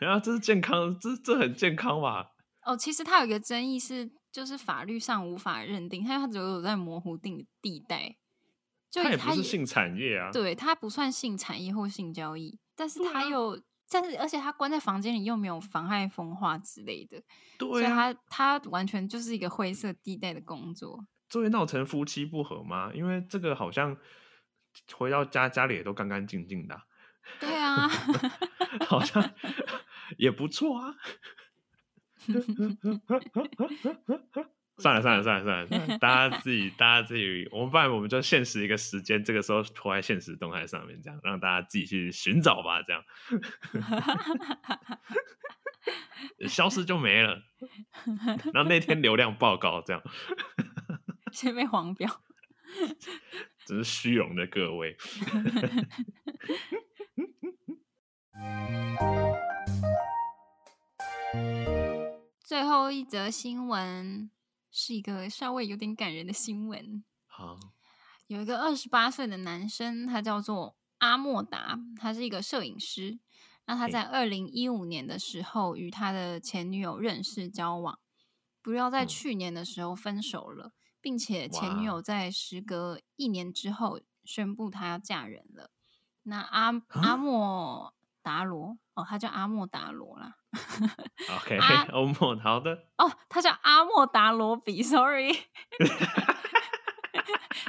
Speaker 1: 没有啊，这是健康，这这很健康吧？
Speaker 2: 哦，其实它有一个争议是，就是法律上无法认定，它它只有在模糊定地带，就
Speaker 1: 它也
Speaker 2: 它
Speaker 1: 不是性产业啊。
Speaker 2: 对，它不算性产业或性交易，但是
Speaker 1: 对
Speaker 2: 它
Speaker 1: 啊
Speaker 2: 又，但是而且它关在房间里又没有妨害风化之类的，所以
Speaker 1: 对啊，
Speaker 2: 它它完全就是一个灰色地带的工作。
Speaker 1: 这会闹成夫妻不和吗？因为这个好像回到家家里也都干干净净的啊、
Speaker 2: 对啊，
Speaker 1: 好像也不错啊。算了算了算了算了算了，大家自己大家自己，我们不然我们就限时一个时间，这个时候拖在现实动态上面，这样让大家自己去寻找吧，这 样消失就没了。然后那天流量爆高，这样
Speaker 2: 先被黄标。
Speaker 1: 只是虚荣的各位。
Speaker 2: 最后一则新闻是一个稍微有点感人的新闻。
Speaker 1: 好，
Speaker 2: 有一个二十八岁的男生，他叫做阿莫达，他是一个摄影师。那他在二零一五年的时候与他的前女友认识交往，不料在
Speaker 1: 嗯
Speaker 2: 去年的时候分手了，并且前女
Speaker 1: 哇哦
Speaker 2: 友在时隔一年之后宣布她要嫁人了。那阿
Speaker 1: 啊
Speaker 2: 阿莫达罗哦，他叫阿莫达罗啦。
Speaker 1: OK，
Speaker 2: 啊
Speaker 1: 欧莫、好的，
Speaker 2: 哦，他叫阿莫达罗比，sorry。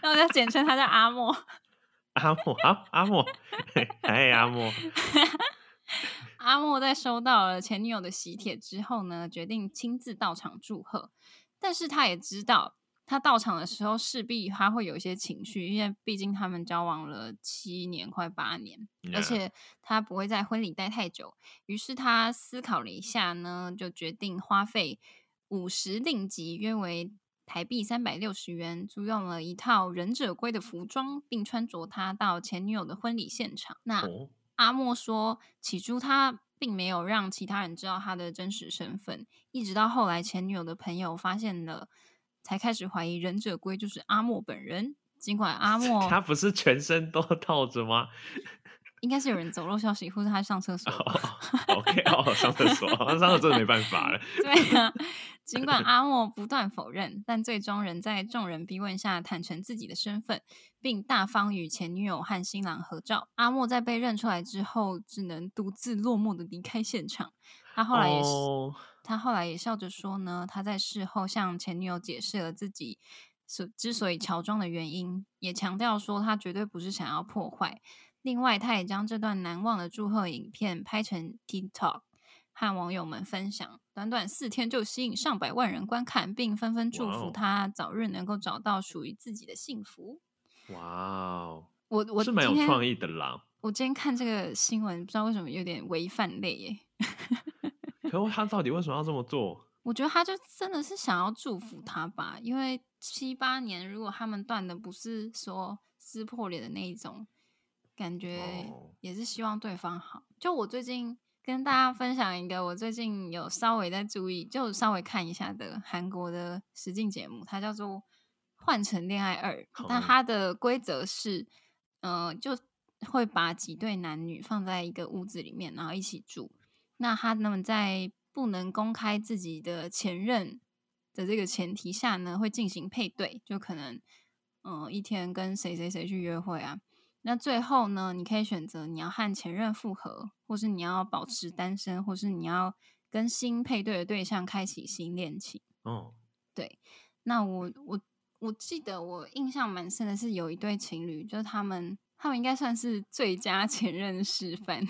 Speaker 2: 那我就简称他叫阿莫。
Speaker 1: 阿莫，好，阿莫， 嘿哎，阿莫，
Speaker 2: 阿莫在收到了前女友的喜帖之后呢，决定亲自到场祝贺。但是他也知道，他到场的时候势必他会有一些情绪，因为毕竟他们交往了七年，快八年，而
Speaker 1: Yeah，
Speaker 2: 且他不会在婚礼待太久。于是他思考了一下呢，就决定花费五十令吉，约为台币三百六十元，租用了一套忍者龟的服装，并穿着它到前女友的婚礼现场。那
Speaker 1: 哦，
Speaker 2: 阿莫说，起初他并没有让其他人知道他的真实身份，一直到后来前女友的朋友发现了，才开始怀疑忍者龟就是阿莫本人。尽管阿莫
Speaker 1: 他不是全身都套着吗？
Speaker 2: 应该是有人走漏消息，或是他上厕所 吧。
Speaker 1: 哦 OK，哦，上厕所， 上厕所真的没办法了。
Speaker 2: 对啊，尽管阿莫不断否认，但最终仍在众人逼问下坦诚自己的身份，并大方与前女友和新郎合照。阿莫在被认出来之后，只能独自落寞的离开现场。他后来也是。
Speaker 1: 哦，
Speaker 2: 他后来也笑着说呢，他在事后向前女友解释了自己所之所以乔装的原因，也强调说他绝对不是想要破坏。另外，他也将这段难忘的祝贺影片拍成 TikTok 和网友们分享，短短四天就吸引上百万人观看，并纷纷祝
Speaker 1: 哇
Speaker 2: 福
Speaker 1: 哦
Speaker 2: 他早日能够找到属于自己的幸福。
Speaker 1: 哇哦，
Speaker 2: 我我
Speaker 1: 是蛮有
Speaker 2: 今天
Speaker 1: 创意的啦。
Speaker 2: 我今天看这个新闻，不知道为什么有点违反类耶。
Speaker 1: 可他到底为什么要这么做？
Speaker 2: 我觉得他就真的是想要祝福他吧，因为七八年如果他们断的不是说撕破脸的那一种，感觉
Speaker 1: 哦
Speaker 2: 也是希望对方好。就我最近跟大家分享一个，我最近有稍微在注意，就稍微看一下的韩国的实境节目，它叫做《换成恋爱二》，但
Speaker 1: 哦
Speaker 2: 它的规则是，呃，就会把几对男女放在一个屋子里面，然后一起住。那他们在不能公开自己的前任的这个前提下呢，会进行配对，就可能嗯、呃一天跟谁谁谁去约会啊。那最后呢，你可以选择你要和前任复合，或是你要保持单身，或是你要跟新配对的对象开启新恋情。
Speaker 1: 哦，
Speaker 2: 那我我我记得我印象蛮深的是有一对情侣，就是他们他们应该算是最佳前任示范，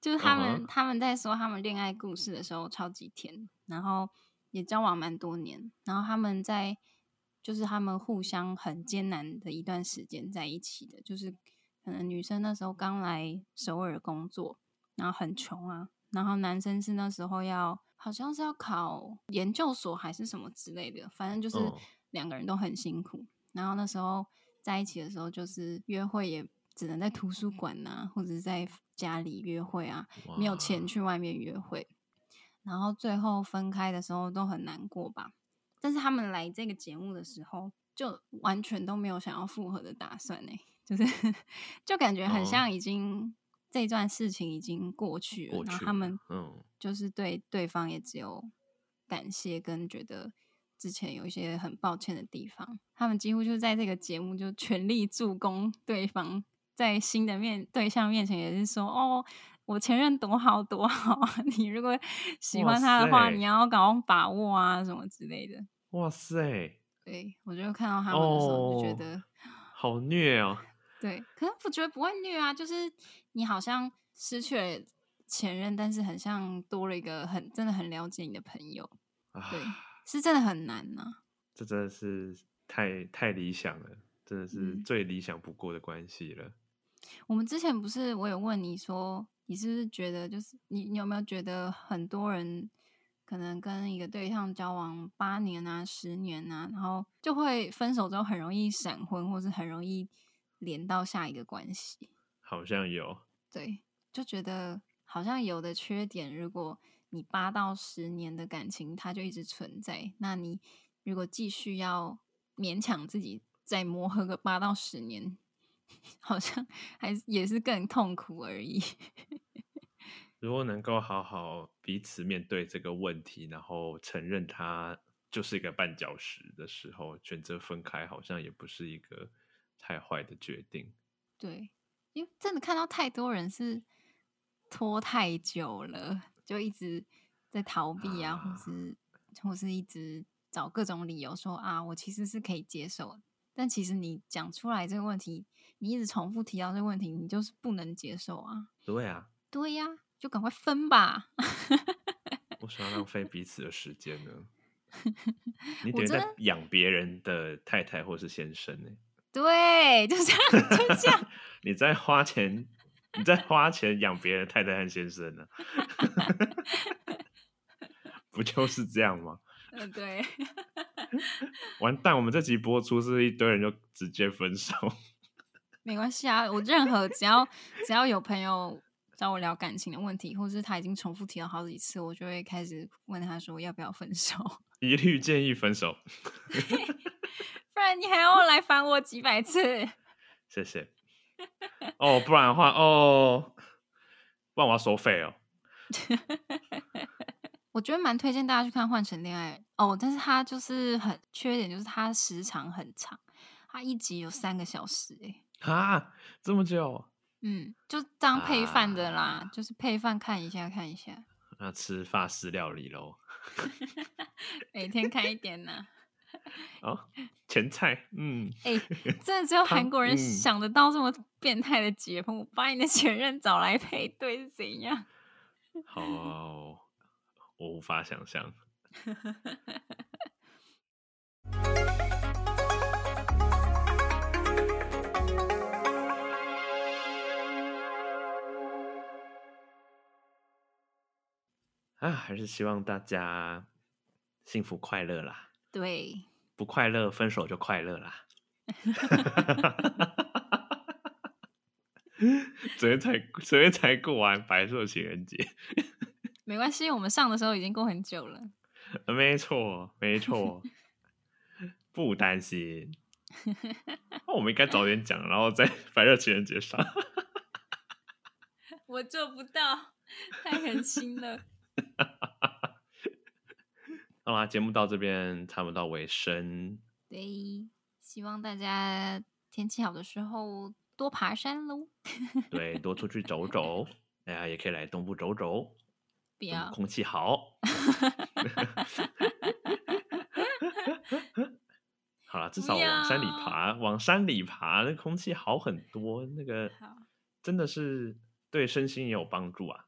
Speaker 2: 就是他
Speaker 1: 嗯
Speaker 2: 们、
Speaker 1: 哼
Speaker 2: 他们在说他们恋爱故事的时候超级甜，然后也交往蛮多年，然后他们在就是他们互相很艰难的一段时间在一起的，就是可能女生那时候刚来首尔工作，然后很穷啊，然后男生是那时候要好像是要考研究所还是什么之类的，反正就是
Speaker 1: 嗯
Speaker 2: 两个人都很辛苦。然后那时候在一起的时候，就是约会也只能在图书馆呐、或者是在家里约会啊，没有钱
Speaker 1: 哇
Speaker 2: 去外面约会。然后最后分开的时候都很难过吧，但是他们来这个节目的时候，就完全都没有想要复合的打算呢、 就是就感觉很
Speaker 1: 哦
Speaker 2: 像已经、这段事情已经过去了，
Speaker 1: 过
Speaker 2: 然
Speaker 1: 去
Speaker 2: 后他们
Speaker 1: 了嗯
Speaker 2: 就是对对方也只有感谢跟觉得之前有一些很抱歉的地方，他们几乎就在这个节目就全力助攻对方，在新的面对象面前也是说哦。我前任多好多好， 你如果喜
Speaker 1: 哇
Speaker 2: 欢他的话，
Speaker 1: 塞
Speaker 2: 你要搞把握啊，什么之类的。
Speaker 1: 哇塞，
Speaker 2: 对，我就看到他们的时候就觉
Speaker 1: 哦
Speaker 2: 得，
Speaker 1: 好虐哦！
Speaker 2: 对，可是我觉得不会虐啊，就是你好像失去了前任，但是很像多了一个很真的很了解你的朋友，
Speaker 1: 啊，
Speaker 2: 对，是真的很难呐、
Speaker 1: 这真的是太太理想了，真的是
Speaker 2: 嗯
Speaker 1: 最理想不过的关系了。
Speaker 2: 我们之前不是我有问你说，你是不是觉得就是你你有没有觉得很多人可能跟一个对象交往八年啊、十年啊，然后就会分手之后很容易闪婚，或是很容易连到下一个关系？
Speaker 1: 好像有，
Speaker 2: 对，就觉得好像有的缺点，如果你八到十年的感情它就一直存在，那你如果继续要勉强自己再磨合个八到十年， 好像还是也是更痛苦而已。
Speaker 1: 如果能够好好彼此面对这个问题，然后承认它就是一个绊脚石的时候，选择分开好像也不是一个太坏的决定。
Speaker 2: 对，因为真的看到太多人是拖太久了，就一直在逃避啊，
Speaker 1: 啊
Speaker 2: 或是或是一直找各种理由说啊，我其实是可以接受的。但其实你讲出来这个问题，你一直重复提到这个问题，你就是不能接受啊。
Speaker 1: 对啊，
Speaker 2: 对呀、就赶快分吧。
Speaker 1: 为什么要浪费彼此的时间呢？你
Speaker 2: 我
Speaker 1: 等于在
Speaker 2: 真的
Speaker 1: 养别人的太太或是先生呢、
Speaker 2: 对，就这样，就这样。
Speaker 1: 你在花钱，你在花钱养别人的太太和先生呢、 不就是这样吗？
Speaker 2: 嗯，对，
Speaker 1: 完蛋，我们这集播出是一堆人就直接分手。
Speaker 2: 没关系啊。我任何只要只要有朋友找我聊感情的问题，或是他已经重复提了好几次，我就会开始问他说要不要分手。
Speaker 1: 一律建议分手，
Speaker 2: 不然你还要来烦我几百次。
Speaker 1: 谢谢。哦，不然的话，哦，不然我要收费哦。
Speaker 2: 我觉得蛮推荐大家去看《换乘恋爱》哦，但是它就是很缺点，就是它时长很长，它一集有三个小时、欸，
Speaker 1: 啊，这么久，
Speaker 2: 嗯，就当配饭的啦，
Speaker 1: 啊
Speaker 2: 就是配饭看一下看一下，
Speaker 1: 那吃法式料理喽。
Speaker 2: 每天看一点呢、
Speaker 1: 哦，前菜，嗯，
Speaker 2: 哎、真 的只有
Speaker 1: 汤
Speaker 2: 韩国人
Speaker 1: 嗯
Speaker 2: 想得到这么变态的结婚，我把你的前任找来配对是怎样？
Speaker 1: 好、啊我无法想象。 啊，还是希望大家幸福快乐啦！
Speaker 2: 对，
Speaker 1: 不快乐，分手就快乐啦！ 昨天才昨天才过完白色情人节，
Speaker 2: 没关系，我们上的时候已经过很久了。
Speaker 1: 呃没错，没错，不担 心。那我们应该早点讲，然后在白热情人节上。
Speaker 2: 我做不到，太狠心了。
Speaker 1: 好啦，节目到这边差不多到尾声，
Speaker 2: 对，希望大家天气好的时候多爬山喽，
Speaker 1: 对，多出去走走，大家也可以来东部走走，
Speaker 2: 不
Speaker 1: 东部
Speaker 2: 要
Speaker 1: 空气好。 好啦，至
Speaker 2: 不
Speaker 1: 少往山里
Speaker 2: 要
Speaker 1: 爬，往山里爬，那空气好很多，那个
Speaker 2: 好，
Speaker 1: 真的是对身心也有帮助啊。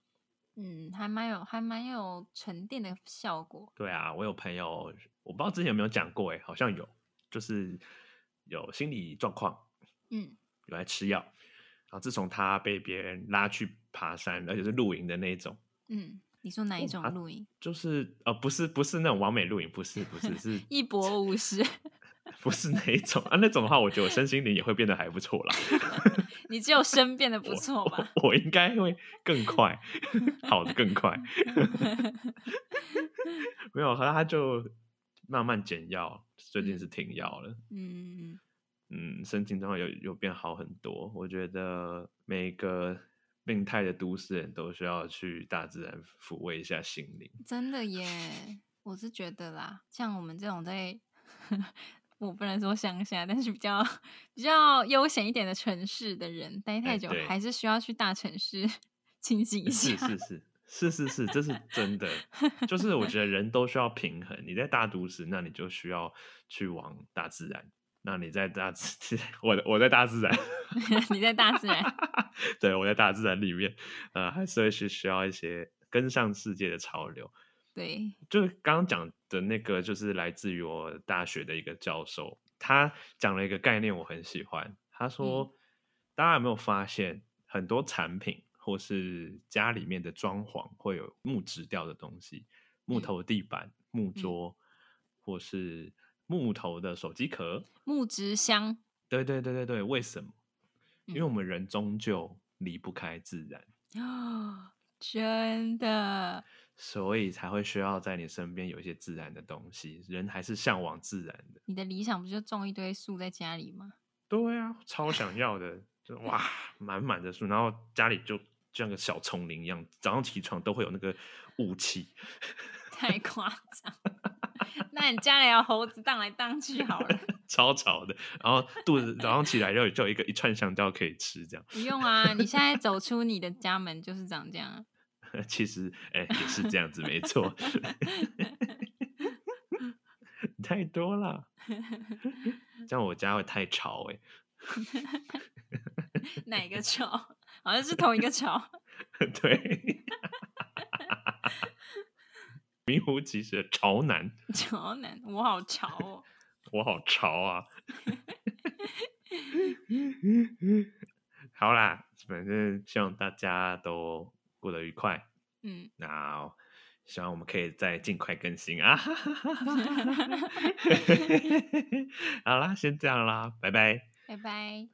Speaker 2: 嗯，还蛮有还蛮有沉淀的效果。
Speaker 1: 对啊，我有朋友，我不知道之前有没有讲过、欸，好像有，就是有心理状况，
Speaker 2: 嗯，
Speaker 1: 有来吃药。然后自从他被别人拉去爬山，而且是露营的那一种，
Speaker 2: 嗯，你说哪一
Speaker 1: 哦
Speaker 2: 种
Speaker 1: 啊
Speaker 2: 露营？
Speaker 1: 就是呃，不是不是那种完美露营，不是不是是
Speaker 2: 一博五十，
Speaker 1: 不是那一种啊？那种的话，我觉得我身心灵也会变得还不错啦。
Speaker 2: 你只有身变得不
Speaker 1: 我
Speaker 2: 错吧？
Speaker 1: 我我应该会更快， 好的更快。 没有，后来他就慢慢减药，最近是停药了。
Speaker 2: 嗯，
Speaker 1: 嗯，身体状况有有变好很多。我觉得每个病态的都市人都需要去大自然抚慰一下心灵。
Speaker 2: 真的耶，我是觉得啦，像我们这种在 我不能说乡下，但是比较比较悠闲一点的城市的人，待太
Speaker 1: 哎
Speaker 2: 久、
Speaker 1: 对
Speaker 2: 还是需要去大城市 清醒一下
Speaker 1: 是。是是是是是，这是真的。就是我觉得人都需要平衡。你在大都市，那你就需要去往大自然。那你在大自， 我我在大自然，
Speaker 2: 你在大自然，
Speaker 1: 对我在大自然里面，呃，还是会去需要一些跟上世界的潮流。
Speaker 2: 对，
Speaker 1: 就是刚刚讲的那个，就是来自于我大学的一个教授，他讲了一个概念，我很喜欢。他说，
Speaker 2: 嗯
Speaker 1: 大家有没有发现，很多产品或是家里面的装潢会有木质调的东西，木
Speaker 2: 嗯
Speaker 1: 头地板、木桌，或是木头的手机壳。
Speaker 2: 木质香，
Speaker 1: 对对对对对，为什么？因为我
Speaker 2: 嗯
Speaker 1: 们人终究离不开自然。
Speaker 2: 真的，
Speaker 1: 所以才会需要在你身边有一些自然的东西，人还是向往自然的。
Speaker 2: 你的理想不就种一堆树在家里吗？
Speaker 1: 对啊，超想要的，就哇，满满的树，然后家里就像个小丛林一样，早上起床都会有那个雾气。
Speaker 2: 太夸张， 那你家里有猴子荡来荡去好 了，
Speaker 1: 超吵的，然后肚子早上起来就就有一个一串香蕉可以吃，这样
Speaker 2: 不用啊，你现在走出你的家门就是长这样啊。
Speaker 1: 其实哎、也是这样子，没错， 太多了，这样我家会太吵哎、
Speaker 2: 哪一个球？ 好像是同一个球。
Speaker 1: 对， 名副其实的潮男，
Speaker 2: 潮男，我 好潮哦！
Speaker 1: 我好潮啊！ 好啦，反正希望大家都过得愉快。
Speaker 2: 嗯，
Speaker 1: 那希望我们可以再尽快更新啊！ 好啦，先这样啦，拜拜。
Speaker 2: 拜拜。